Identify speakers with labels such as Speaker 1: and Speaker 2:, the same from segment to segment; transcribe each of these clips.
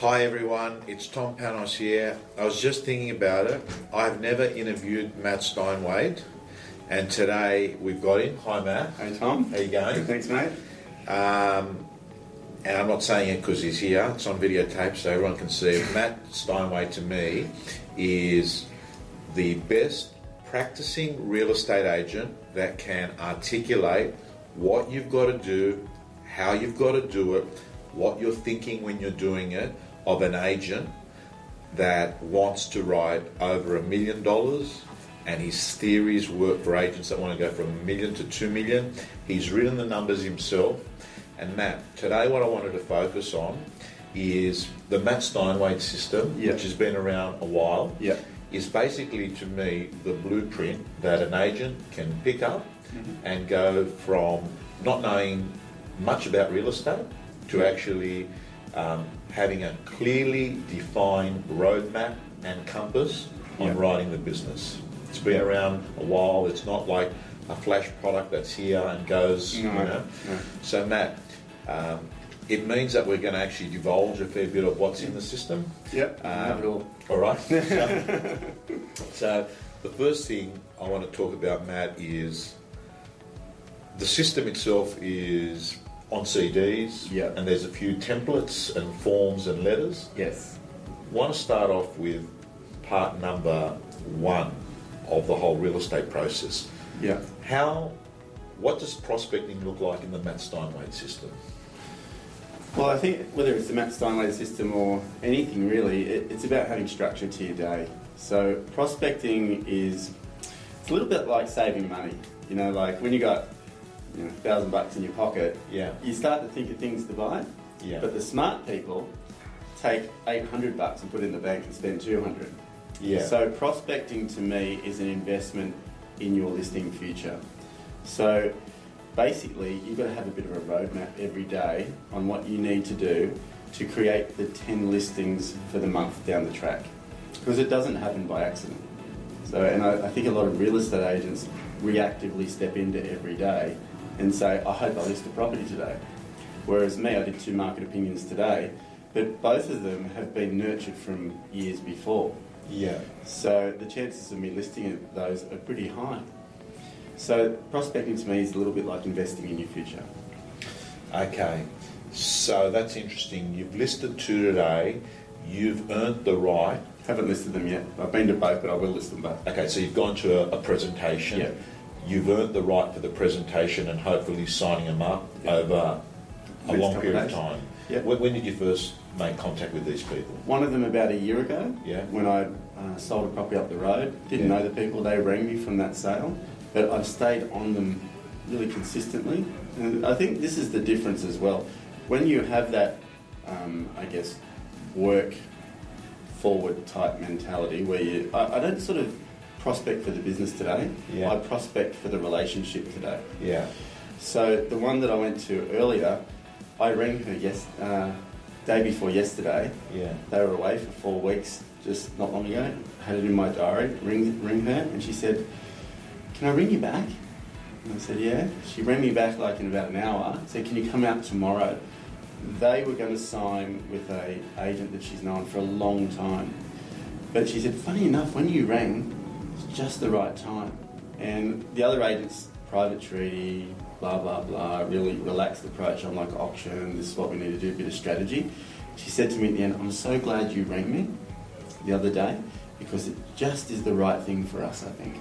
Speaker 1: Hi everyone, it's Tom Panos here. I was just thinking about it. I've never interviewed Matt Steinwade, and today we've got him. Hi Matt,
Speaker 2: Hey Tom.
Speaker 1: how you going?
Speaker 2: Thanks, mate.
Speaker 1: Um, and I'm not saying it because he's here. It's on videotape, so everyone can see. it. Matt Steinway to me is the best practicing real estate agent that can articulate what you've got to do, how you've got to do it, what you're thinking when you're doing it of an agent that wants to write over a million dollars and his theories work for agents that want to go from a million to two million. He's written the numbers himself. And Matt, today what I wanted to focus on is the Matt Steinway system,
Speaker 2: Yeah.
Speaker 1: which has been around a while
Speaker 2: Yeah.
Speaker 1: is basically to me the blueprint that an agent can pick up
Speaker 2: Mm-hmm.
Speaker 1: and go from not knowing much about real estate to actually um, having a clearly defined roadmap and compass on
Speaker 2: Yeah.
Speaker 1: writing the business. It's been around a while. It's not like a flash product that's here and goes. You
Speaker 2: No,
Speaker 1: know?
Speaker 2: no.
Speaker 1: So Matt, um, it means that we're going to actually divulge a fair bit of what's in the system.
Speaker 2: Yep.
Speaker 1: Um, All right. So, so the first thing I want to talk about, Matt, is the system itself is on CDs,
Speaker 2: Yeah.
Speaker 1: and there's a few templates and forms and letters.
Speaker 2: Yes.
Speaker 1: want to start off with part number one of the whole real estate process.
Speaker 2: Yeah.
Speaker 1: How, what does prospecting look like in the Matt Steinway system?
Speaker 2: Well, I think whether it's the Matt Steinway system or anything really, it, it's about having structure to your day. So prospecting is it's a little bit like saving money. You know, like when you got you know, a thousand bucks in your pocket,
Speaker 1: Yeah,
Speaker 2: you start to think of things to buy.
Speaker 1: yeah,
Speaker 2: But the smart people take eight hundred bucks and put it in the bank and spend two hundred.
Speaker 1: yeah.
Speaker 2: So prospecting to me is an investment in your listing future. So basically, you've got to have a bit of a roadmap every day on what you need to do to create the 10 listings for the month down the track. Because it doesn't happen by accident. So, and I, I think a lot of real estate agents reactively step into every day and say, I hope I list a property today. Whereas me, I did two market opinions today, but both of them have been nurtured from years before.
Speaker 1: yeah,
Speaker 2: So the chances of me listing it- those are pretty high. So prospecting to me is a little bit like investing in your future.
Speaker 1: Okay, so that's interesting. You've listed two today. You've earned the right.
Speaker 2: Haven't listed them yet. I've been to both, but I will list them both.
Speaker 1: Okay, so you've gone to a, a presentation.
Speaker 2: Yeah.
Speaker 1: You've earned the right for the presentation and hopefully signing them up
Speaker 2: Yeah.
Speaker 1: over a
Speaker 2: Next
Speaker 1: long
Speaker 2: couple
Speaker 1: period of
Speaker 2: days.
Speaker 1: time.
Speaker 2: Yeah.
Speaker 1: When, when did you first make contact with these people?
Speaker 2: One of them about a year ago.
Speaker 1: Yeah.
Speaker 2: When I uh, sold a property up the road, didn't
Speaker 1: Yeah.
Speaker 2: know the people. They rang me from that sale, but I've stayed on them really consistently. And I think this is the difference as well. When you have that, um, I guess, work forward type mentality, where you, I, I don't sort of prospect for the business today.
Speaker 1: Yeah.
Speaker 2: I prospect for the relationship today.
Speaker 1: Yeah.
Speaker 2: So the one that I went to earlier, I rang her yes, uh, day before yesterday.
Speaker 1: Yeah.
Speaker 2: They were away for four weeks just not long ago. Had it in my diary. Ring, ring her, and she said, "Can I ring you back?" And I said, "Yeah." She rang me back like in about an hour. Said, "Can you come out tomorrow?" They were going to sign with a agent that she's known for a long time, but she said, "Funny enough, when you rang, it's just the right time." And the other agents, private treaty, blah blah blah, really relaxed approach. I'm like auction. This is what we need to do. A bit of strategy. She said to me at the end, I'm so glad you rang me the other day because it just is the right thing for us, I think.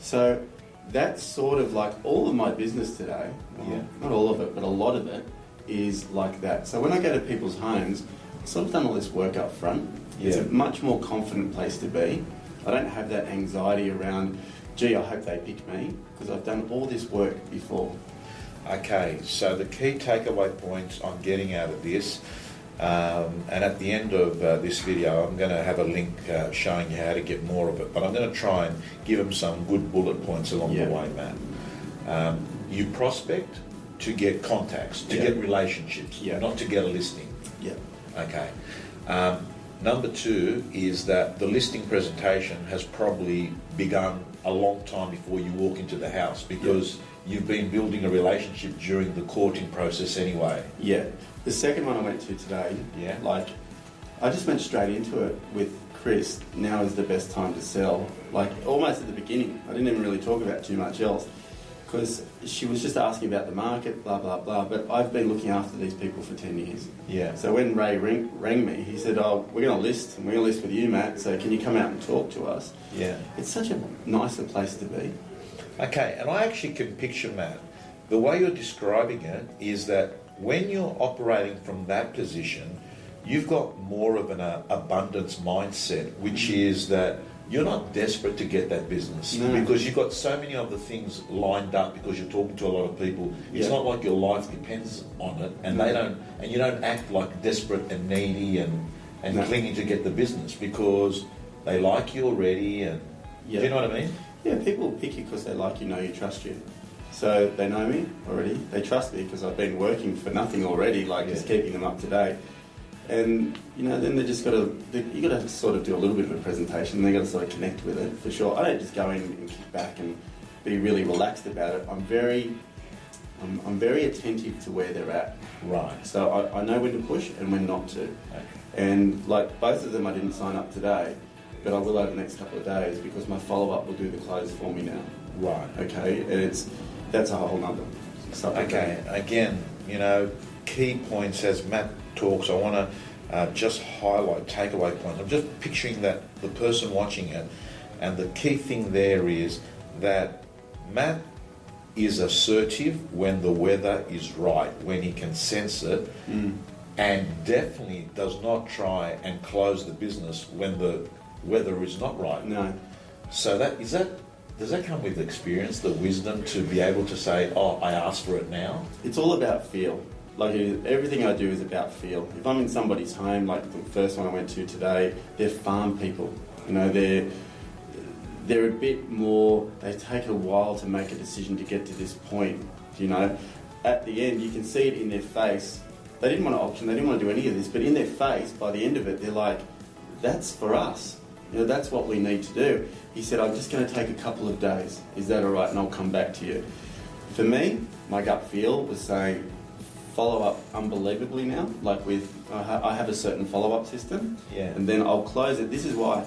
Speaker 2: So that's sort of like all of my business today, well,
Speaker 1: Yeah.
Speaker 2: not all of it, but a lot of it is like that. So when I go to people's homes, I've sort of done all this work up front. It's a
Speaker 1: Yeah.
Speaker 2: much more confident place to be. I don't have that anxiety around, gee, I hope they pick me because I've done all this work before.
Speaker 1: Okay, so the key takeaway points I'm getting out of this, um, and at the end of uh, this video, I'm going to have a link uh, showing you how to get more of it, but I'm going to try and give them some good bullet points along
Speaker 2: Yeah.
Speaker 1: the way, Matt. Um, you prospect to get contacts, to
Speaker 2: Yeah.
Speaker 1: get relationships,
Speaker 2: Yeah.
Speaker 1: not to get a listing.
Speaker 2: Yeah.
Speaker 1: Okay. Um, number two is that the listing presentation has probably begun a long time before you walk into the house because you've been building a relationship during the courting process anyway.
Speaker 2: Yeah. The second one I went to today,
Speaker 1: Yeah.
Speaker 2: like I just went straight into it with Chris. Now is the best time to sell. Like almost at the beginning, I didn't even really talk about too much else because she was just asking about the market, blah blah blah. But I've been looking after these people for ten years.
Speaker 1: Yeah.
Speaker 2: So when Ray ring, rang me, he said, "Oh, we're going to list, and we're going to list with you, Matt. So can you come out and talk to us?"
Speaker 1: Yeah.
Speaker 2: It's such a nicer place to be.
Speaker 1: Okay, and I actually can picture Matt. The way you're describing it is that when you're operating from that position, you've got more of an uh, abundance mindset, which is that you're not desperate to get that business
Speaker 2: Mm. No.
Speaker 1: because you've got so many other things lined up because you're talking to a lot of people. It's
Speaker 2: Yeah.
Speaker 1: not like your life depends on it, and they
Speaker 2: No.
Speaker 1: don't, and you don't act like desperate and needy and and
Speaker 2: No.
Speaker 1: clinging to get the business because they like you already. And do
Speaker 2: Yeah.
Speaker 1: you know what I mean?
Speaker 2: Yeah, people pick you because they like you, know you, trust you. So they know me already. They trust me because I've been working for nothing already, like just
Speaker 1: Yeah.
Speaker 2: keeping them up to date. And you know, then they just got to you got to have to sort of do a little bit of a presentation. They got to sort of connect with it for sure. I don't just go in and kick back and be really relaxed about it. I'm very, I'm, I'm very attentive to where they're at.
Speaker 1: Right.
Speaker 2: So I, I know when to push and when not to.
Speaker 1: Okay.
Speaker 2: And like both of them, I didn't sign up today, but I will over the next couple of days because my follow up will do the close for me now.
Speaker 1: Right.
Speaker 2: Okay, and it's that's a whole number.
Speaker 1: Okay, again, you know, key points as Matt talks, I want to uh, just highlight takeaway points. I'm just picturing that the person watching it, and the key thing there is that Matt is assertive when the weather is right, when he can sense it,
Speaker 2: Mm.
Speaker 1: and definitely does not try and close the business when the weather is not right.
Speaker 2: No.
Speaker 1: So that is that. Does that come with experience, the wisdom to be able to say, "Oh, I asked for it now"?
Speaker 2: It's all about feel. Like it is, everything I do is about feel. If I'm in somebody's home, like the first one I went to today, they're farm people. You know, they're they're a bit more. They take a while to make a decision to get to this point. You know, at the end, you can see it in their face. They didn't want to option. They didn't want to do any of this. But in their face, by the end of it, they're like, "That's for us. You know, that's what we need to do." He said, "I'm just going to take a couple of days. Is that all right? And I'll come back to you." For me, my gut feel was saying follow up unbelievably now. Like with, I ha- I have a certain follow up system,
Speaker 1: Yeah.
Speaker 2: and then I'll close it. This is why,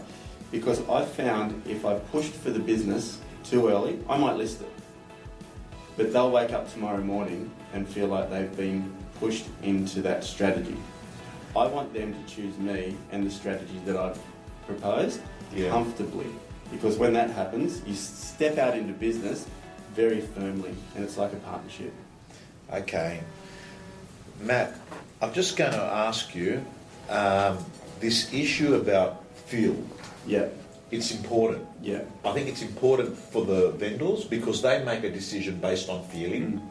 Speaker 2: because I found if I pushed for the business too early, I might list it, but they'll wake up tomorrow morning and feel like they've been pushed into that strategy. I want them to choose me and the strategy that I've proposed
Speaker 1: Yeah.
Speaker 2: comfortably. Because when that happens, you s- step out into business very firmly, and it's like a partnership.
Speaker 1: Okay, Matt, I'm just going to ask you um, this issue about fuel.
Speaker 2: Yeah,
Speaker 1: It's important.
Speaker 2: yeah.
Speaker 1: I think it's important for the vendors because they make a decision based on feeling,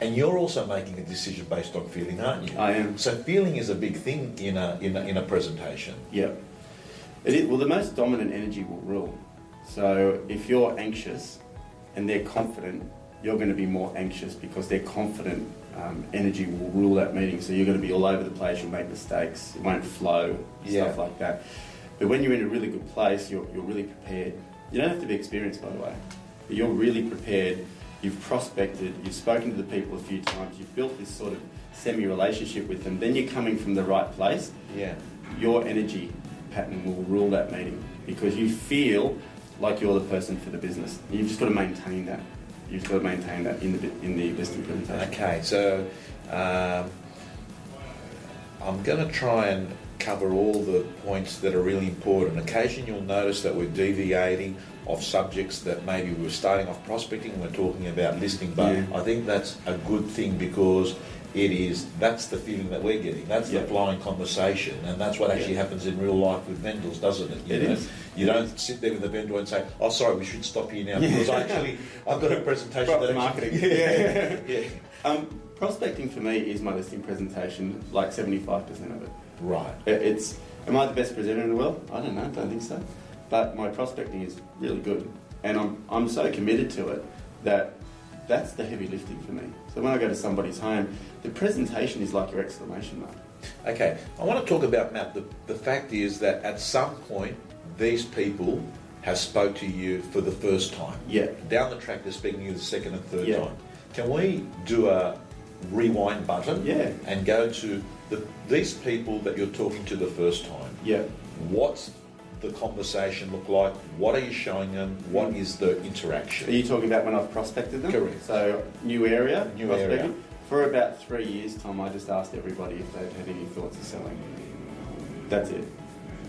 Speaker 1: and you're also making a decision based on feeling, aren't you?
Speaker 2: I am.
Speaker 1: So feeling is a big thing in a in a, in a presentation.
Speaker 2: Yeah. It is, well, the most dominant energy will rule. So if you're anxious and they're confident, you're going to be more anxious because their confident um, energy will rule that meeting. So you're going to be all over the place, you'll make mistakes, it won't flow,
Speaker 1: Yeah.
Speaker 2: stuff like that. But when you're in a really good place, you're, you're really prepared. You don't have to be experienced, by the way, but you're really prepared. You've prospected, you've spoken to the people a few times, you've built this sort of semi relationship with them, then you're coming from the right place
Speaker 1: Yeah.
Speaker 2: your energy pattern will rule that meeting because you feel like you're the person for the business. You've just got to maintain that. You've just got to maintain that in the bu- in the business presentation.
Speaker 1: Okay, so um, I'm going to try and cover all the points that are really important. Occasionally, you'll notice that we're deviating off subjects that maybe we we're starting off prospecting. We're talking about listing, but
Speaker 2: Yeah.
Speaker 1: I think that's a good thing because it is that's the feeling that we're getting. That's the
Speaker 2: Yeah.
Speaker 1: flowing conversation, and that's what actually
Speaker 2: Yeah.
Speaker 1: happens in real life with vendors, doesn't it?
Speaker 2: It
Speaker 1: know?
Speaker 2: is.
Speaker 1: You don't sit there with a vendor and say, "Oh, sorry, we should stop here now,"
Speaker 2: Yeah.
Speaker 1: because I actually I've got a presentation
Speaker 2: Proper
Speaker 1: that
Speaker 2: marketing.
Speaker 1: actually, yeah, yeah.
Speaker 2: Um, prospecting for me is my listing presentation, like seventy five percent of it.
Speaker 1: Right.
Speaker 2: It- It's am I the best presenter in the world? I don't know. I don't think so. But my prospecting is really good, and I'm I'm so committed to it that that's the heavy lifting for me. So when I go to somebody's home, the presentation is like your exclamation mark.
Speaker 1: Okay. I want to talk about Matt. The, the fact is that at some point, these people have spoke to you for the first time.
Speaker 2: Yeah.
Speaker 1: Down the track, they're speaking to you the second and third
Speaker 2: Yeah.
Speaker 1: time. Can we do a rewind button
Speaker 2: Yeah.
Speaker 1: and go to the, these people that you're talking to the first time.
Speaker 2: Yeah.
Speaker 1: What's the conversation look like? What are you showing them? What
Speaker 2: Mm.
Speaker 1: is the interaction?
Speaker 2: Are you talking about when I've prospected them?
Speaker 1: Correct.
Speaker 2: So new area,
Speaker 1: New
Speaker 2: prospecting.
Speaker 1: area.
Speaker 2: For about three years' time, I just asked everybody if they'd had any thoughts of selling. That's it.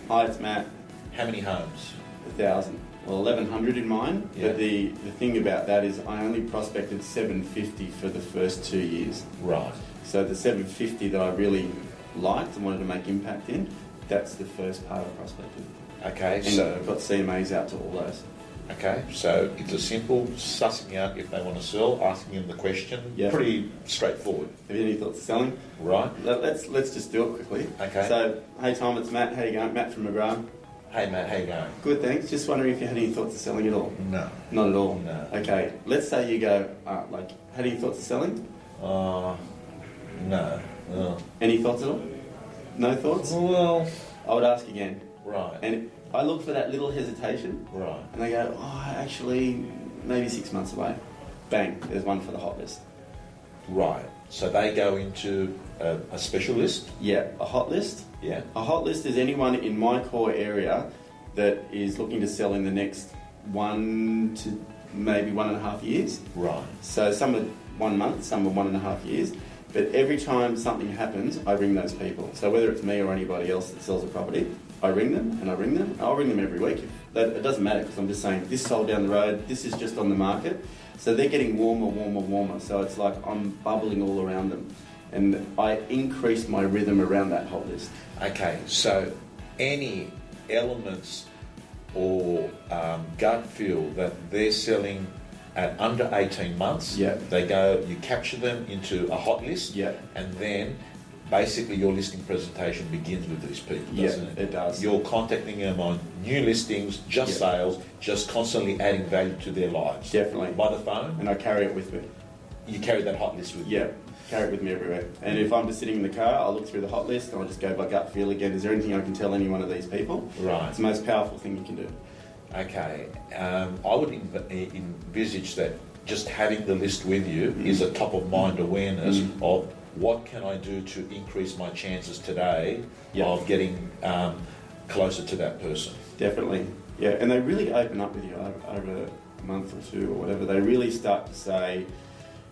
Speaker 2: Hi, it's Matt.
Speaker 1: How many homes?
Speaker 2: A thousand. Well, eleven hundred in mine.
Speaker 1: Yeah.
Speaker 2: But the the thing about that is, I only prospected seven fifty for the first two years.
Speaker 1: Right.
Speaker 2: So the 750 that I really liked and wanted to make impact in, that's the first part of prospecting.
Speaker 1: Okay,
Speaker 2: And
Speaker 1: so
Speaker 2: got CMAs out to all those.
Speaker 1: Okay, so it's a simple sussing out if they want to sell, asking them the question.
Speaker 2: Yeah.
Speaker 1: Pretty straightforward,
Speaker 2: Have you any thoughts of selling?
Speaker 1: right?
Speaker 2: Let, us let's just do it quickly.
Speaker 1: Okay.
Speaker 2: So, hey Tom, it's Matt. How you going? Matt from McGrath.
Speaker 1: Hey Matt, how you going?
Speaker 2: Good, thanks. Just wondering if you had any thoughts of selling at all.
Speaker 1: No.
Speaker 2: Not at all.
Speaker 1: Oh, No.
Speaker 2: Okay. Let's say you go, uh, like, had any thoughts of selling?
Speaker 1: Uh, no. Uh,
Speaker 2: Any thoughts at all? No thoughts.
Speaker 1: well,
Speaker 2: I would ask again.
Speaker 1: right,
Speaker 2: And I look for that little hesitation.
Speaker 1: right.
Speaker 2: And they go, oh, actually, maybe six months away. Bang, there's one for the hot list.
Speaker 1: Right. So they go into a, a specialist.
Speaker 2: Yeah, a hot list.
Speaker 1: Yeah.
Speaker 2: A hot list is anyone in my core area that is looking to sell in the next one to maybe one and a half years.
Speaker 1: Right.
Speaker 2: So some are one month, some are one and a half years. But every time something happens, I ring those people. So whether it's me or anybody else that sells a property, I ring them and I ring them. I'll ring them every week. That, it doesn't matter because I'm just saying this sold down the road, this is just on the market. So they're getting warmer, warmer, warmer. So it's like I'm bubbling all around them. And I increase my rhythm around that whole list.
Speaker 1: Okay. So any elements or um, gut feel that they're selling at under 18 months,
Speaker 2: Yeah.
Speaker 1: they go, you capture them into a hot list.
Speaker 2: Yeah.
Speaker 1: And then basically your listing presentation begins with these people,
Speaker 2: Yeah,
Speaker 1: doesn't it?
Speaker 2: it does.
Speaker 1: You're contacting them on new listings, just
Speaker 2: Yeah.
Speaker 1: sales, just constantly adding value to their lives.
Speaker 2: Definitely.
Speaker 1: By the phone,
Speaker 2: And I carry it with me.
Speaker 1: you carry that hot list with you.
Speaker 2: Yeah, carry it with me everywhere. And if I'm just sitting in the car, I'll look through the hot list and I'll just go by gut feel again. Is there anything I can tell any one of these people?
Speaker 1: Right.
Speaker 2: It's the most powerful thing you can do.
Speaker 1: Okay, um, I would env- envisage that just having the list with you is a top of mind awareness
Speaker 2: Mm.
Speaker 1: of what can I do to increase my chances today
Speaker 2: Yeah.
Speaker 1: of getting um, closer to that person.
Speaker 2: Definitely. Yeah, and they really open up with you over, over a month or two or whatever. They really start to say,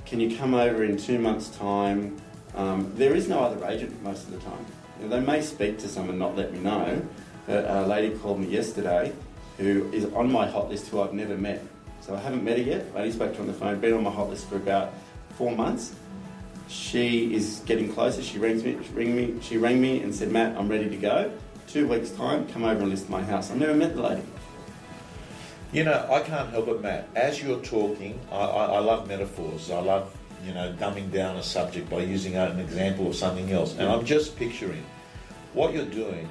Speaker 2: can you come over in two months' time? Um, there is no other agent most of the time. You know, they may speak to someone, not let me know. But a lady called me yesterday who is on my hot list who I've never met. So I haven't met her yet. I only spoke to her on the phone, been on my hot list for about four months. She is getting closer. She rings me, she ring me, she rang me and said, Matt, I'm ready to go. Two weeks' time, come over and list my house. I've never met the lady.
Speaker 1: You know, I can't help it, Matt. As you're talking, I, I, I love metaphors. I love, you know, dumbing down a subject by using an example of something else. And I'm just picturing what you're doing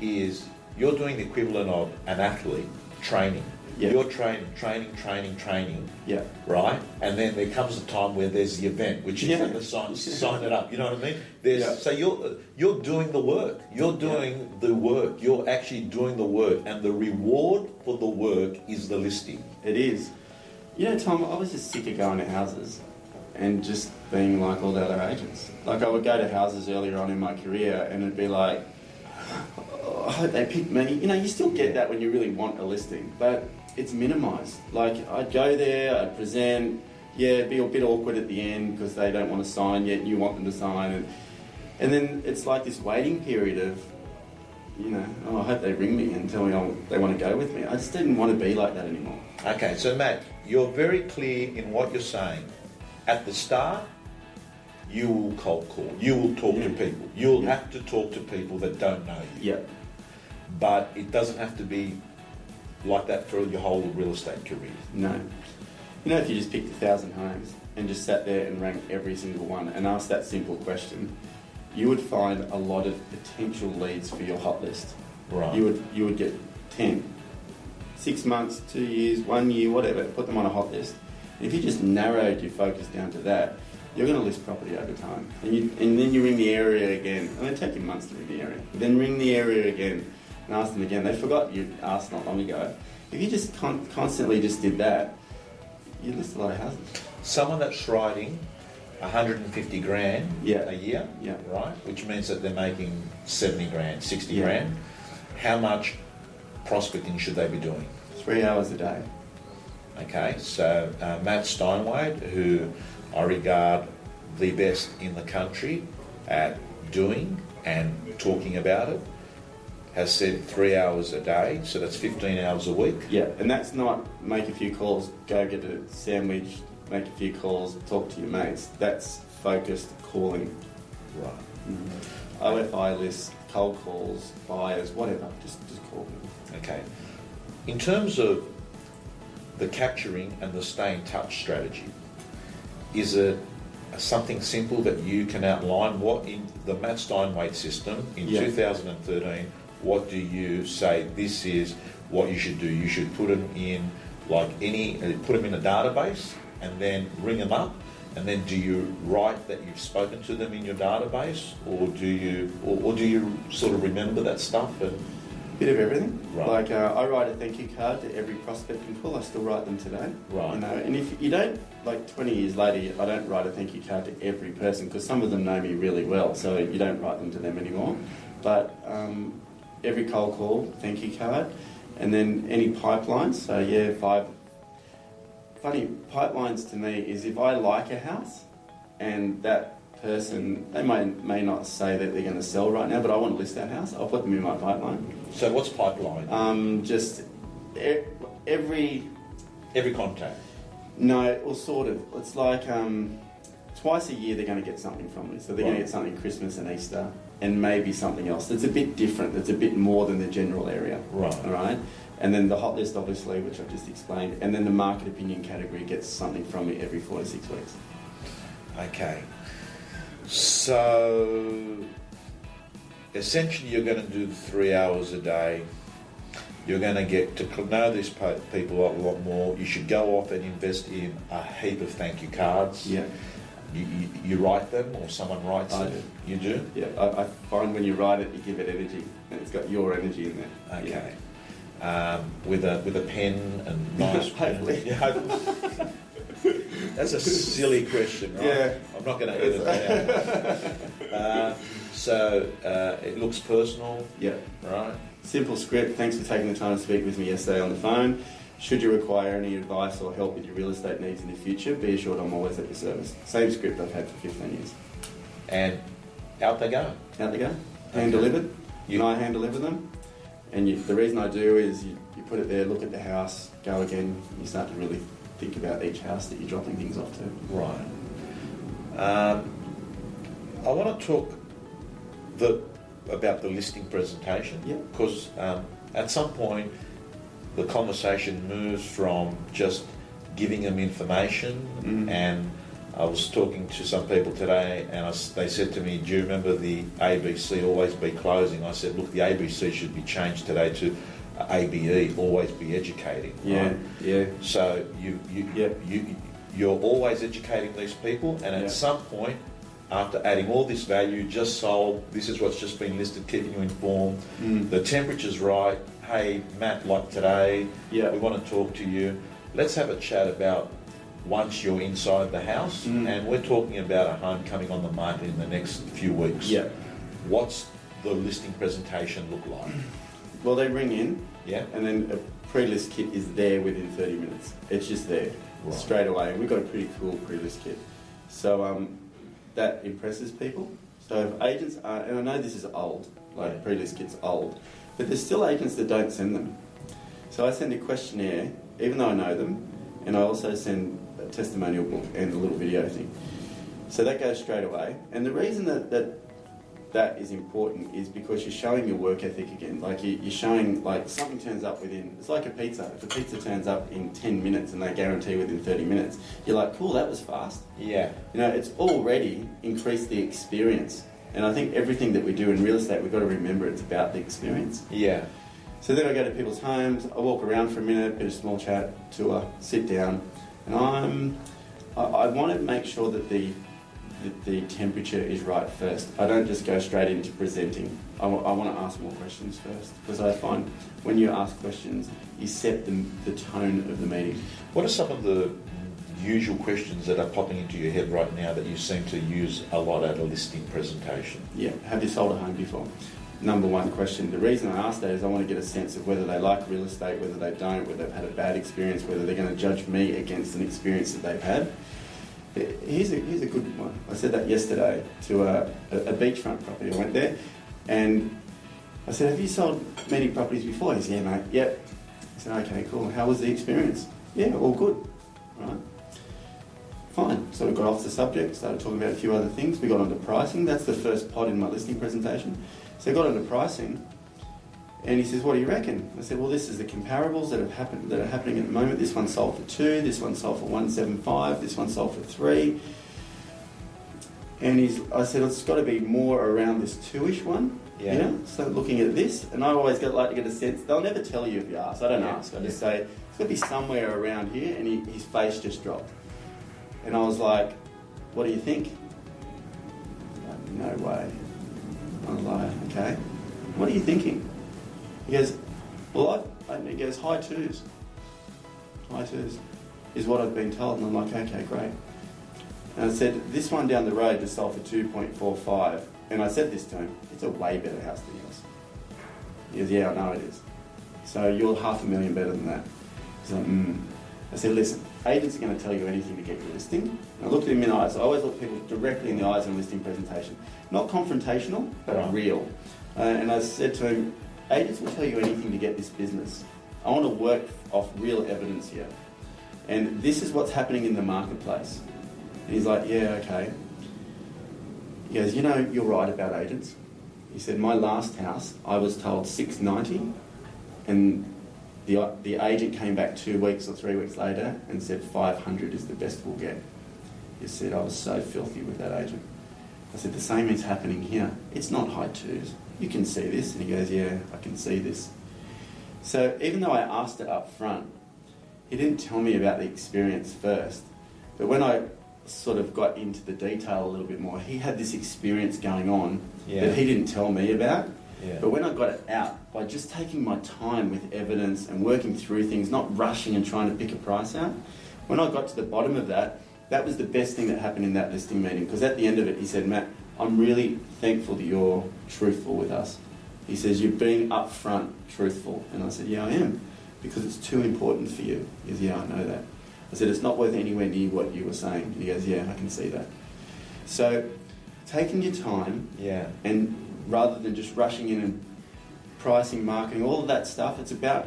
Speaker 1: is you're doing the equivalent of an athlete training.
Speaker 2: Yeah.
Speaker 1: You're training, training, training, training,
Speaker 2: Yeah.
Speaker 1: right? And then there comes a time where there's the event, which is
Speaker 2: Yeah.
Speaker 1: the sign, sign it up. You know what I mean? There's,
Speaker 2: Yeah.
Speaker 1: So you're you're doing the work. You're doing the work. You're actually doing the work, and the reward for the work is the listing.
Speaker 2: It is. You know, Tom, I was just sick of going to houses and just being like all the other agents. Like, I would go to houses earlier on in my career and it'd be like, oh, I hope they pick me. You know, you still get that when you really want a listing, but it's minimised. Like, I'd go there, I'd present, yeah, it'd be a bit awkward at the end because they don't want to sign yet and you want them to sign. And, and then it's like this waiting period of, you know, oh, I hope they ring me and tell me i they want to go with me. I just didn't want to be like that anymore.
Speaker 1: Okay, so Matt, you're very clear in what you're saying. At the start, you will cold call. You will talk to
Speaker 2: Yeah.
Speaker 1: people. You'll
Speaker 2: Yeah.
Speaker 1: have to talk to people that don't know you.
Speaker 2: Yeah,
Speaker 1: But it doesn't have to be like that for your whole real estate career.
Speaker 2: no. You know, if you just picked a thousand homes and just sat there and ranked every single one and asked that simple question, you would find a lot of potential leads for your hot list.
Speaker 1: Right.
Speaker 2: You would you would get ten, six months, two years, one year, whatever. Put them on a hot list. And if you just narrowed your focus down to that, you're going to list property over time, and you and then you ring the area again, and it take you months to ring the area. Then ring the area again and ask them again. They forgot you asked not long ago. If you just con- constantly just did that, you list a lot of houses.
Speaker 1: Someone that's writing 150 grand
Speaker 2: Yeah.
Speaker 1: a year,
Speaker 2: Yeah.
Speaker 1: right? Which means that they're making 70 grand, 60
Speaker 2: Yeah.
Speaker 1: grand. How much prospecting should they be doing?
Speaker 2: Three hours a day.
Speaker 1: Okay, so uh, Matt Steinwade, who I regard the best in the country at doing and talking about it, has said three hours a day, so that's 15 hours a week.
Speaker 2: Yeah, and that's not make a few calls, go get a sandwich, make a few calls, talk to your mates. That's focused calling.
Speaker 1: Right.
Speaker 2: OFI lists, cold calls, buyers, whatever. Just just call them.
Speaker 1: Okay. In terms of the capturing and the stay in touch strategy, is it something simple that you can outline? What in the Matt Steinway system in
Speaker 2: Yeah.
Speaker 1: 2013? What do you say? This is what you should do. You should put them in like any uh, put them in a database and then ring them up. And then, do you write that you've spoken to them in your database, or do you, or, or do you sort of remember that stuff? And
Speaker 2: Bit of everything.
Speaker 1: Right.
Speaker 2: Like uh, I write a thank you card to every prospecting call. I still write them today.
Speaker 1: Right.
Speaker 2: You know, and if you don't, like 20 years later, I don't write a thank you card to every person because some of them know me really well, so you don't write them to them anymore. But um, every cold call, thank you card, and then any pipelines. So yeah, five. Funny pipelines to me is if I like a house, and that person they may may not say that they're going to sell right now, but I want to list that house. I'll put them in my pipeline.
Speaker 1: so, what's pipeline?
Speaker 2: Um, just e- every
Speaker 1: Every contact.
Speaker 2: no, or sort of. It's like um, twice a year they're going to get something from me. So they're going
Speaker 1: Right.
Speaker 2: to get something Christmas and Easter, and maybe something else that's a bit different. That's a bit more than the general area.
Speaker 1: Right.
Speaker 2: All right. And then the hot list, obviously, which I just explained, and then the market opinion category gets something from me every four to six weeks.
Speaker 1: Okay. So essentially, you're going to do the three hours a day. You're going to get to cl- know these po- people a lot more. You should go off and invest in a heap of thank you cards.
Speaker 2: Yeah,
Speaker 1: You, you, you write them, or someone writes
Speaker 2: I
Speaker 1: them. You do.
Speaker 2: yeah. I, I find when you write it, you give it energy, and it's got your energy in there. Yeah.
Speaker 1: Okay. Um, with a with a pen and nice pen.
Speaker 2: Hopefully.
Speaker 1: Yeah, hopefully. That's a silly question, right?
Speaker 2: Yeah.
Speaker 1: I'm not going to edit that out. Uh, so uh, it looks personal,
Speaker 2: Yeah.
Speaker 1: right?
Speaker 2: Simple script. Thanks for taking the time to speak with me yesterday on the phone. Should you require any advice or help with your real estate needs in the future, be assured I'm always at your service. Same script I've had for 15 years.
Speaker 1: And out they go.
Speaker 2: Out they go. Hand delivered.
Speaker 1: You-
Speaker 2: and I hand deliver them. And you, the reason I do is you, you put it there, look at the house, go again. and You start to really think about each house that you're dropping things off to.
Speaker 1: Right. Um, I want to talk the about the listing presentation
Speaker 2: Yeah.
Speaker 1: because um, at some point the conversation moves from just giving them information
Speaker 2: Mhm.
Speaker 1: and I was talking to some people today and I s they said to me, "Do you remember the ABC always be closing?" I said, "Look, the ABC should be changed today to ABE, always be educating."
Speaker 2: Yeah,
Speaker 1: right?
Speaker 2: yeah.
Speaker 1: So you you,
Speaker 2: Yeah.
Speaker 1: you you're always educating these people, and at
Speaker 2: Yeah.
Speaker 1: some point, after adding all this value, just sold. This is what's just been listed, keeping you informed.
Speaker 2: Mm.
Speaker 1: The temperature's right. Hey, Matt, like today,
Speaker 2: Yeah.
Speaker 1: we want to talk to you. Let's have a chat about once you're inside the house,
Speaker 2: Mm.
Speaker 1: and we're talking about a home coming on the market in the next few weeks.
Speaker 2: Yeah.
Speaker 1: What's the listing presentation look like?
Speaker 2: Mm. Well, they ring in,
Speaker 1: Yeah.
Speaker 2: And then a pre-list kit is there within 30 minutes. It's just there,
Speaker 1: Right.
Speaker 2: straight away. We've got a pretty cool pre-list kit. So um, that impresses people. So if agents are, and I know this is old, like
Speaker 1: Yeah.
Speaker 2: pre-list kit's old, but there's still agents that don't send them. So I send a questionnaire, even though I know them, and I also send a testimonial book and a little video thing. So that goes straight away. And the reason that, that that is important is because you're showing your work ethic again. Like you, you're showing like something turns up within. It's like a pizza. If a pizza turns up in ten minutes and they guarantee within thirty minutes, you're like, cool, that was fast.
Speaker 1: Yeah.
Speaker 2: You know, it's already increased the experience. And I think everything that we do in real estate, we've got to remember it's about the experience.
Speaker 1: Yeah.
Speaker 2: So then I go to people's homes, I walk around for a minute, bit of small chat, tour, sit down, and I'm, I, I want to make sure that the, that the temperature is right first. I don't just go straight into presenting. I want to ask more questions first because I find when you ask questions, you set the, the tone of the meeting.
Speaker 1: What are some of the usual questions that are popping into your head right now that you seem to use a lot at a listing presentation?
Speaker 2: Yeah, have you sold a home before? Number one question. The reason I ask that is I want to get a sense of whether they like real estate, whether they don't, whether they've had a bad experience, whether they're going to judge me against an experience that they've had. Here's a, here's a good one. I said that yesterday to a, a, a beachfront property. I went there and I said, Have you sold many properties before? He said, Yeah, mate. Yep. I said, Okay, cool. How was the experience? Yeah, all good. Right? Fine. Sort of got off the subject, started talking about a few other things. We got onto pricing. That's the first pod in my listing presentation. So I got onto pricing. And he says, "What do you reckon?" I said, "Well, this is the comparables that have happened that are happening at the moment. This one sold for two. This one sold for one seven five. This one sold for three. And he's, I said, "It's got to be more around this two-ish one."
Speaker 1: Yeah.
Speaker 2: You know? So looking at this, and I always get like to get a sense. They'll never tell you if you ask. I don't
Speaker 1: Yeah.
Speaker 2: ask. I just say it's got to be somewhere around here. And he, his face just dropped. And I was like, "What do you think?" Like, no way. I'm like, "Okay. What are you thinking?" He goes, well, I, and he goes, high twos. High twos is what I've been told. And I'm like, okay, great. And I said, this one down the road just sold for 2.45. And I said this to him, it's a way better house than yours. He goes, yeah, I know it is. So you're half a million better than that. He's like, mm. I said, listen, agents are going to tell you anything to get your listing. And I looked at him in the eyes. I always look people directly in the eyes in a listing presentation. Not confrontational, but
Speaker 1: Right.
Speaker 2: real. Uh, and I said to him, agents will tell you anything to get this business. I want to work off real evidence here. And this is what's happening in the marketplace. And he's like, yeah, okay. He goes, you know, you're right about agents. He said, my last house, I was told 690, and the, the agent came back two weeks or three weeks later and said 500 is the best we'll get. He said, I was so filthy with that agent. I said, the same is happening here. It's not high twos. You can see this. And he goes, yeah, I can see this. So even though I asked it up front, he didn't tell me about the experience first. But when I sort of got into the detail a little bit more, he had this experience going on
Speaker 1: Yeah.
Speaker 2: that he didn't tell me about.
Speaker 1: Yeah.
Speaker 2: But when I got it out, by just taking my time with evidence and working through things, not rushing and trying to pick a price out, when I got to the bottom of that, that was the best thing that happened in that listing meeting. Because at the end of it, he said, Matt, I'm really thankful that you're truthful with us. He says, You're being upfront truthful. And I said, Yeah, I am. Because it's too important for you. He goes, Yeah, I know that. I said, It's not worth anywhere near what you were saying. And he goes, Yeah, I can see that. So taking your time
Speaker 1: Yeah.
Speaker 2: and rather than just rushing in and pricing, marketing, all of that stuff, it's about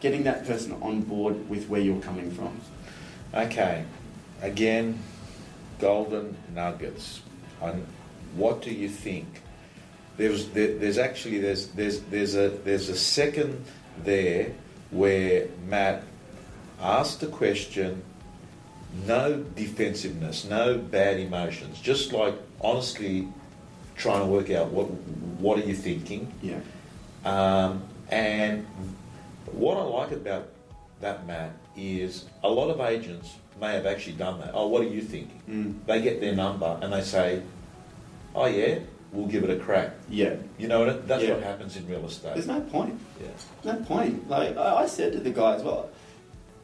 Speaker 2: getting that person on board with where you're coming from.
Speaker 1: Okay. Again, golden nuggets. And what do you think? There's there, there's actually there's there's there's a there's a second there where Matt asked the question. No defensiveness, no bad emotions. Just like honestly trying to work out what what are you thinking,
Speaker 2: Yeah.
Speaker 1: um, and what I like about that, Matt, is a lot of agents may have actually done that. Oh, what are you thinking?
Speaker 2: Mm.
Speaker 1: They get their number and they say, oh, yeah, we'll give it a crack.
Speaker 2: Yeah.
Speaker 1: You know, and that's
Speaker 2: Yeah.
Speaker 1: what happens in real estate.
Speaker 2: There's no point.
Speaker 1: yeah.
Speaker 2: No point. Like I, I said to the guy as well,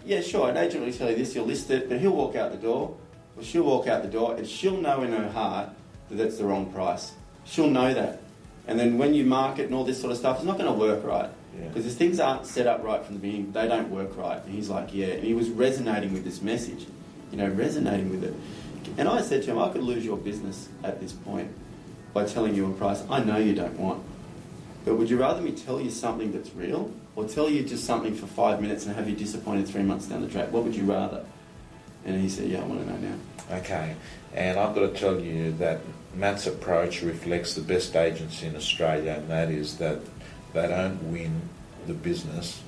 Speaker 2: yeah, sure, an agent will tell you this, you'll list it, but he'll walk out the door, or she'll walk out the door, and she'll know in her heart that that's the wrong price. She'll know that. And then when you market and all this sort of stuff, it's not going to work right.
Speaker 1: Yeah.
Speaker 2: Because if things aren't set up right from the beginning, they don't work right. And he's like, yeah. And he was resonating with this message, you know, resonating with it. And I said to him, I could lose your business at this point by telling you a price I know you don't want. But would you rather me tell you something that's real or tell you just something for five minutes and have you disappointed three months down the track? What would you rather? And he said, Yeah, I want to know now.
Speaker 1: Okay. And I've got to tell you that Matt's approach reflects the best agents in Australia, and that is that they don't win the business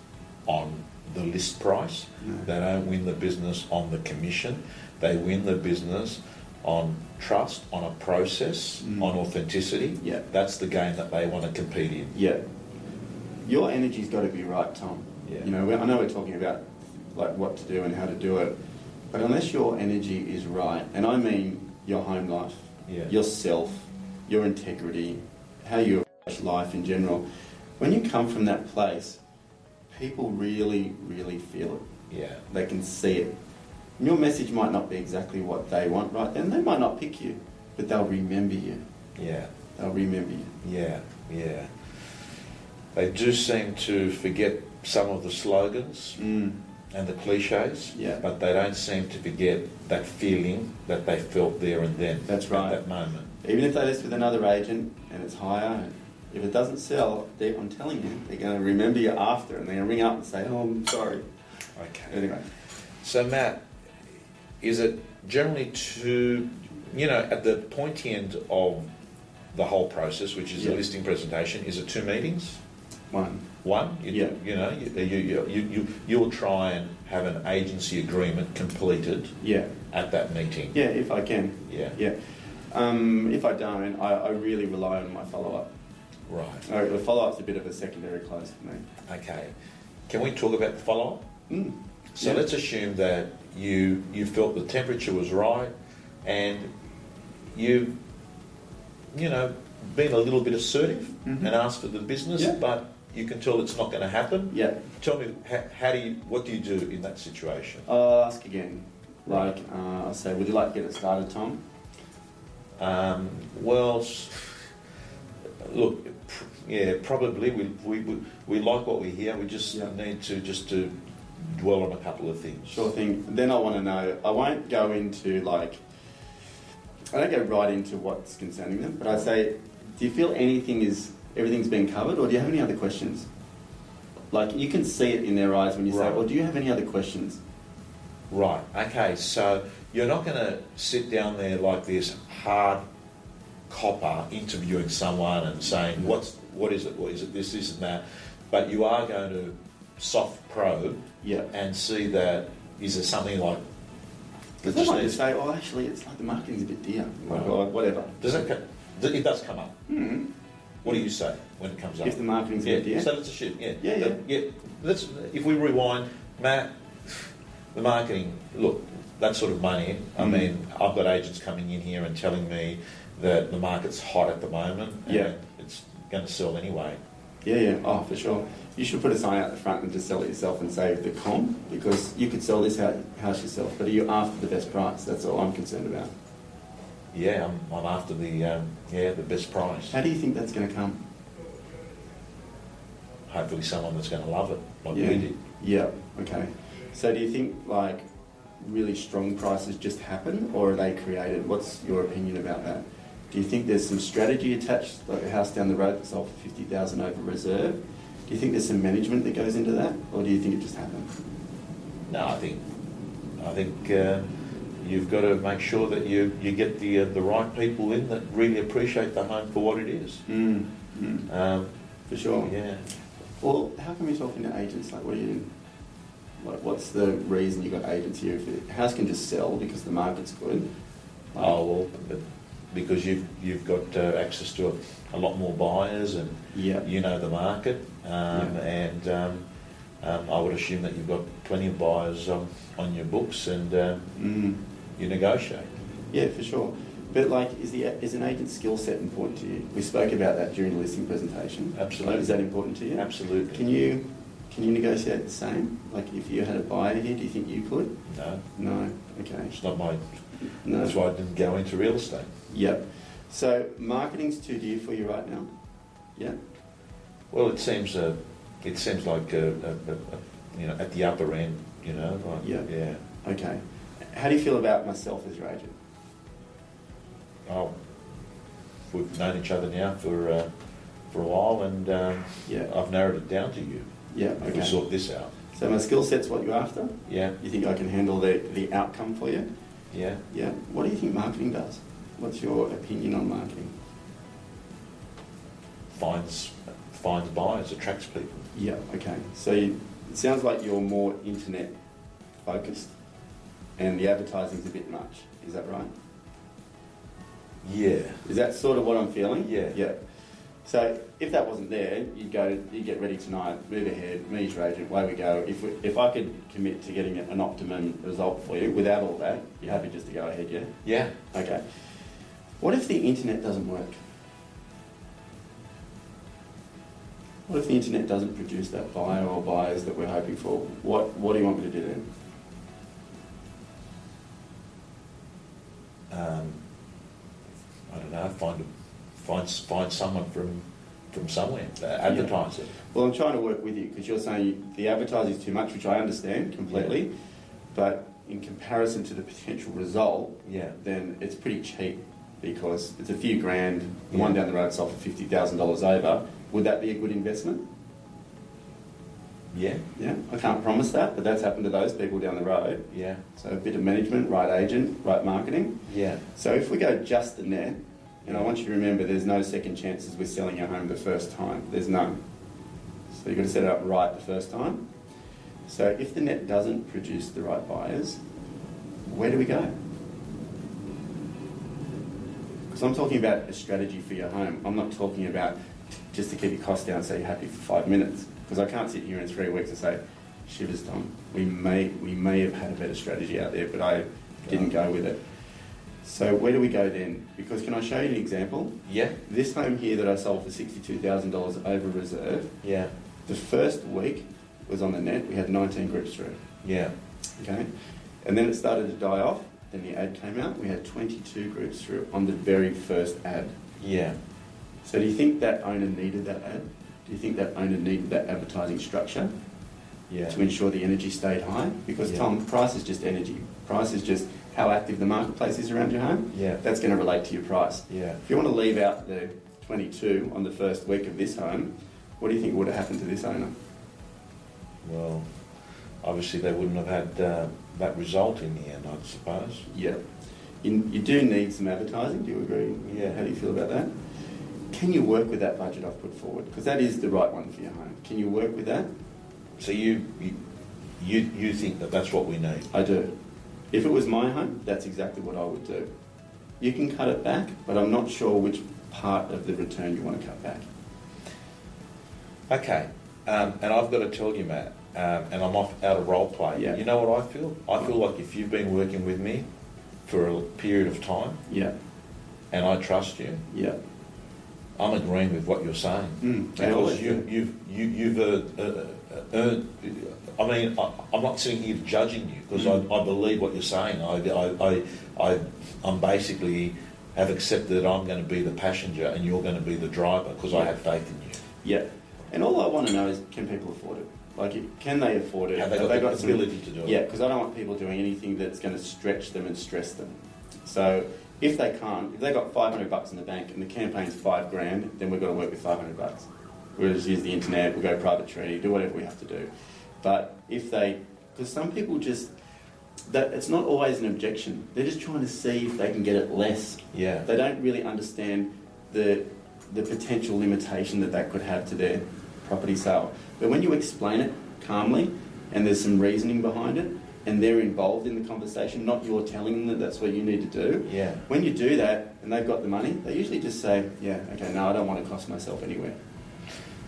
Speaker 1: on the list price.
Speaker 2: No.
Speaker 1: They don't win the business on the commission. They win the business on trust, on a process,
Speaker 2: Mm.
Speaker 1: on authenticity.
Speaker 2: Yeah.
Speaker 1: That's the game that they want to compete in.
Speaker 2: Yeah. Your energy's got to be right, Tom.
Speaker 1: Yeah.
Speaker 2: You know, we- I know we're talking about like what to do and how to do it, but unless your energy is right, and I mean your home life,
Speaker 1: Yeah.
Speaker 2: yourself, your integrity, how you approach life in general, when you come from that place, people really, really feel it.
Speaker 1: Yeah.
Speaker 2: They can see it. And your message might not be exactly what they want right then. They might not pick you, but they'll remember you.
Speaker 1: Yeah,
Speaker 2: They'll remember you.
Speaker 1: yeah, yeah. They do seem to forget some of the slogans
Speaker 2: Mm.
Speaker 1: and the cliches,
Speaker 2: Yeah.
Speaker 1: but they don't seem to forget that feeling that they felt there and then.
Speaker 2: That's
Speaker 1: At
Speaker 2: right.
Speaker 1: that moment.
Speaker 2: Even if they list with another agent and it's higher, if it doesn't sell, they, I'm telling you, they're going to remember you after and they're going to ring up and say, oh, I'm sorry.
Speaker 1: Okay.
Speaker 2: Anyway,
Speaker 1: So, Matt, is it generally to, you know, at the pointy end of the whole process, which is the
Speaker 2: Yeah.
Speaker 1: listing presentation, is it two meetings?
Speaker 2: one.
Speaker 1: One, you,
Speaker 2: Yeah.
Speaker 1: you know, you, you, you, you, you, you'll try and have an agency agreement completed
Speaker 2: Yeah.
Speaker 1: at that meeting.
Speaker 2: Yeah, if I can.
Speaker 1: Yeah.
Speaker 2: Yeah. Um, if I don't, I, I really rely on my follow up.
Speaker 1: Right.
Speaker 2: All right, the follow up's a bit of a secondary close for me.
Speaker 1: Okay. Can we talk about the follow up?
Speaker 2: Mm.
Speaker 1: So
Speaker 2: Yeah.
Speaker 1: let's assume that you you felt the temperature was right, and you you know been a little bit assertive
Speaker 2: Mhm.
Speaker 1: and asked for the business,
Speaker 2: Yeah.
Speaker 1: but you can tell it's not going to happen.
Speaker 2: Yeah.
Speaker 1: Tell me, how, how do you what do you do in that situation?
Speaker 2: I'll ask again. Like, uh, I'll say, would you like to get it started, Tom?
Speaker 1: Um, well, s- look, pr- yeah, probably we, we we we like what we hear. We just
Speaker 2: Yeah.
Speaker 1: need to just to dwell on a couple of things.
Speaker 2: Sure thing. Then I want to know, I won't go into like, I don't go right into what's concerning them, but I say, do you feel anything is, everything's been covered, or do you have any other questions? Like, you can see it in their eyes when you
Speaker 1: Right.
Speaker 2: say, well, do you have any other questions?
Speaker 1: Right. Okay. So you're not going to sit down there like this hard copper interviewing someone and saying what's what is it? What is it? This, this, and that. But you are going to soft probe
Speaker 2: Yeah.
Speaker 1: and see that is there something like
Speaker 2: Because they
Speaker 1: just
Speaker 2: might
Speaker 1: needs-
Speaker 2: just say, oh, actually, it's like the marketing's a bit dear, like,
Speaker 1: Right.
Speaker 2: or whatever.
Speaker 1: does it co- th- it does come up.
Speaker 2: Hmm.
Speaker 1: What do you say when it comes up?
Speaker 2: If the marketing's a bit
Speaker 1: yeah.
Speaker 2: dear.
Speaker 1: So let's assume. Yeah.
Speaker 2: Yeah, yeah.
Speaker 1: Let's if we rewind, Matt. The marketing look that sort of money. I
Speaker 2: Mm.
Speaker 1: mean, I've got agents coming in here and telling me that the market's hot at the moment. And
Speaker 2: Yeah.
Speaker 1: It's going to sell anyway.
Speaker 2: Yeah, yeah, oh, for sure. You should put a sign out the front and just sell it yourself and save the comp because you could sell this hou- house yourself, but are you after the best price? That's all I'm concerned about.
Speaker 1: Yeah. I'm, I'm after the um, yeah the best price.
Speaker 2: How do you think that's going to come?
Speaker 1: Hopefully, someone that's going to love it like
Speaker 2: yeah.
Speaker 1: we did.
Speaker 2: Yeah, okay. So do you think like really strong prices just happen or are they created? What's your opinion about that? Do you think there's some strategy attached, like a house down the road that sold for 50000 over reserve? Do you think there's some management that goes into that or do you think it just happened?
Speaker 1: No, I think I think uh, you've got to make sure that you, you get the uh, the right people in that really appreciate the home for what it is.
Speaker 2: Mm. Mm.
Speaker 1: Um,
Speaker 2: For sure.
Speaker 1: Yeah.
Speaker 2: Well, how come you're talking to agents? Like, what are you doing? Like, what's the reason you got agents here? If it, house can just sell because the market's good. Like,
Speaker 1: Oh well, but because you've you've got uh, access to a, a lot more buyers and
Speaker 2: yeah,
Speaker 1: you know the market, um,
Speaker 2: Yeah.
Speaker 1: and um, um, I would assume that you've got plenty of buyers on, on your books and um,
Speaker 2: mm.
Speaker 1: you negotiate.
Speaker 2: yeah, for sure. But like, is the is an agent's skill set important to you? We spoke about that during the listing presentation.
Speaker 1: Absolutely.
Speaker 2: Like, is that important to you?
Speaker 1: Absolutely.
Speaker 2: Can you can you negotiate the same? Like, if you had a buyer here, do you think you could?
Speaker 1: No,
Speaker 2: No. Okay.
Speaker 1: it's not my.
Speaker 2: No.
Speaker 1: That's why I didn't go into real estate.
Speaker 2: Yep. So marketing's too dear for you right now. Yeah.
Speaker 1: Well, it seems uh, it seems like uh, uh, uh, you know at the upper end, you know. Like,
Speaker 2: Yeah.
Speaker 1: Yeah.
Speaker 2: Okay. How do you feel about myself as your agent?
Speaker 1: Oh, we've known each other now for uh, for a while, and um,
Speaker 2: Yeah.
Speaker 1: I've narrowed it down to you.
Speaker 2: Yeah,
Speaker 1: If we
Speaker 2: okay.
Speaker 1: sort this out,
Speaker 2: So my skill set's what you're after.
Speaker 1: yeah,
Speaker 2: You think I can handle the, the outcome for you?
Speaker 1: yeah.
Speaker 2: Yeah. What do you think marketing does? What's your opinion on marketing?
Speaker 1: Finds finds buyers, attracts people.
Speaker 2: Yeah, okay. So you, it sounds like you're more internet focused and the advertising's a bit much. Is that right?
Speaker 1: Yeah,
Speaker 2: Is that sort of what I'm feeling?
Speaker 1: Yeah.
Speaker 2: Yeah. So if that wasn't there, you'd go, you'd get ready tonight, move ahead, meet your agent, away we go. If, we, if I could commit to getting an optimum result for you without all that, you're happy just to go ahead, yeah?
Speaker 1: yeah.
Speaker 2: Okay. What if the internet doesn't work? What if the internet doesn't produce that buyer or buyers that we're hoping for? What What do you want me to do then?
Speaker 1: Um, don't know, find find find someone from from somewhere, uh, advertise it.
Speaker 2: Well, I'm trying to work with you because you're saying you, the advertising is too much, which I understand completely, but in comparison to the potential result,
Speaker 1: Yeah.
Speaker 2: then it's pretty cheap because it's a few grand. The
Speaker 1: Yeah.
Speaker 2: one down the road sold for fifty thousand dollars over. Would that be a good investment?
Speaker 1: Yeah,
Speaker 2: Yeah, I can't promise that, but that's happened to those people down the road.
Speaker 1: yeah,
Speaker 2: So a bit of management, right agent, right marketing.
Speaker 1: yeah.
Speaker 2: So if we go just the net, and I want you to remember there's no second chances with selling your home the first time. There's none. So you've got to set it up right the first time. So if the net doesn't produce the right buyers, where do we go? Because I'm talking about a strategy for your home. I'm not talking about just to keep your costs down so you're happy for five minutes. Because I can't sit here in three weeks and say, shivers, Tom, we may, we may have had a better strategy out there, but I didn't go with it. So where do we go then? Because can I show you an example?
Speaker 1: Yeah,
Speaker 2: This home here that I sold for $62,000 over reserve,
Speaker 1: yeah,
Speaker 2: the first week was on the net, we had 19 groups through,
Speaker 1: yeah,
Speaker 2: okay? And then it started to die off, then the ad came out, we had 22 groups through on the very first ad.
Speaker 1: yeah.
Speaker 2: So do you think that owner needed that ad? Do you think that owner needed that advertising structure
Speaker 1: Yeah.
Speaker 2: to ensure the energy stayed high? Because
Speaker 1: Yeah.
Speaker 2: Tom, price is just energy. Price is just how active the marketplace is around your home.
Speaker 1: Yeah.
Speaker 2: That's going to relate to your price.
Speaker 1: Yeah.
Speaker 2: If you want to leave out the 22 on the first week of this home, what do you think would have happened to this owner?
Speaker 1: Well, obviously they wouldn't have had uh, that result in the end, I suppose.
Speaker 2: Yeah. You, you do need some advertising, do you agree?
Speaker 1: Yeah.
Speaker 2: How do you feel about that? Can you work with that budget I've put forward? Because that is the right one for your home. Can you work with that?
Speaker 1: So you you you, you think that that's what we need?
Speaker 2: I do. If it was my home, that's exactly what I would do. You can cut it back, but I'm not sure which part of the return you want to cut back.
Speaker 1: Okay. Um, and I've got to tell you, Matt, um, and I'm off out of role play.
Speaker 2: Yeah.
Speaker 1: You know what I feel? I feel like if you've been working with me for a period of time
Speaker 2: Yeah,
Speaker 1: and I trust you,
Speaker 2: yeah.
Speaker 1: I'm agreeing with what you're saying.
Speaker 2: Mm, I
Speaker 1: Because
Speaker 2: always
Speaker 1: you,
Speaker 2: do.
Speaker 1: you've, you, you've uh, uh, uh, earned, I mean, I, I'm not sitting here judging you because I, I believe what you're saying. I, I, I, I, I'm basically have accepted that I'm going to be the passenger and you're going to be the driver because I have faith in you.
Speaker 2: Yeah. And all I want to know is can people afford it? Like, it- can they afford it?
Speaker 1: Have they got the
Speaker 2: some-
Speaker 1: ability to do it?
Speaker 2: Yeah, because I don't want people doing anything that's going to stretch them and stress them. So if they can't, if they got 500 bucks in the bank and the campaign's five grand, then we've got to work with 500 bucks. We'll just use the internet, we'll go private treaty, do whatever we have to do. But if they, because some people just, that it's not always an objection. They're just trying to see if they can get it less
Speaker 1: Yeah.
Speaker 2: they don't really understand the the potential limitation that that could have to their property sale. But when you explain it calmly and there's some reasoning behind it and they're involved in the conversation, not you're telling them that that's what you need to do,
Speaker 1: Yeah.
Speaker 2: when you do that and they've got the money, they usually just say, yeah, okay, no, I don't want to cost myself anywhere.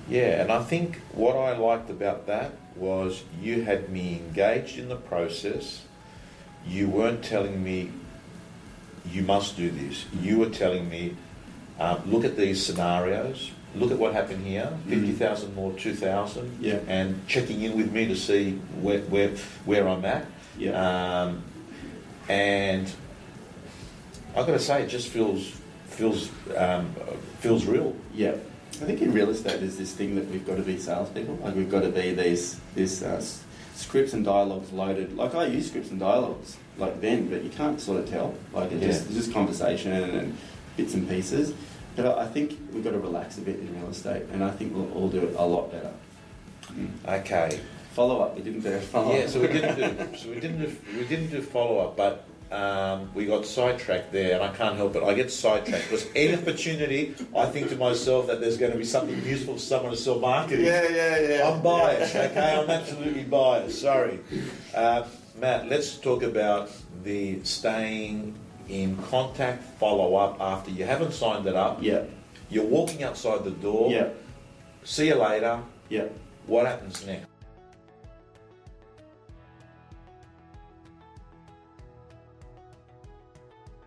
Speaker 1: Yeah, and I think what I liked about that was you had me engaged in the process. You weren't telling me you must do this. You were telling me, um, look at these scenarios. Look at what happened here. Fifty thousand more, two thousand.
Speaker 2: Yeah.
Speaker 1: and checking in with me to see where where where I'm at.
Speaker 2: Yeah.
Speaker 1: Um, and I've got to say, it just feels feels um, feels real.
Speaker 2: Yeah. I think in real estate there's this thing that we've got to be salespeople. Like we've got to be these this uh, s- scripts and dialogues loaded. Like I use scripts and dialogues like then, but you can't sort of tell. Like it's
Speaker 1: Yeah.
Speaker 2: just it's just conversation and bits and pieces. But I I think we've got to relax a bit in real estate, and I think we'll all do it a lot better.
Speaker 1: Okay.
Speaker 2: Follow up. We didn't do a follow up.
Speaker 1: Yeah, so we didn't do so we didn't do, we didn't do follow up, but um, we got sidetracked there, and I can't help it. I get sidetracked because any opportunity, I think to myself that there's going to be something useful for someone to sell marketing.
Speaker 2: Yeah, yeah, yeah.
Speaker 1: I'm biased. Okay, I'm absolutely biased. Sorry, uh, Matt. Let's talk about the staying in contact follow up after you haven't signed it up.
Speaker 2: Yeah,
Speaker 1: You're walking outside the door.
Speaker 2: yeah,
Speaker 1: See you later.
Speaker 2: yeah.
Speaker 1: What happens next?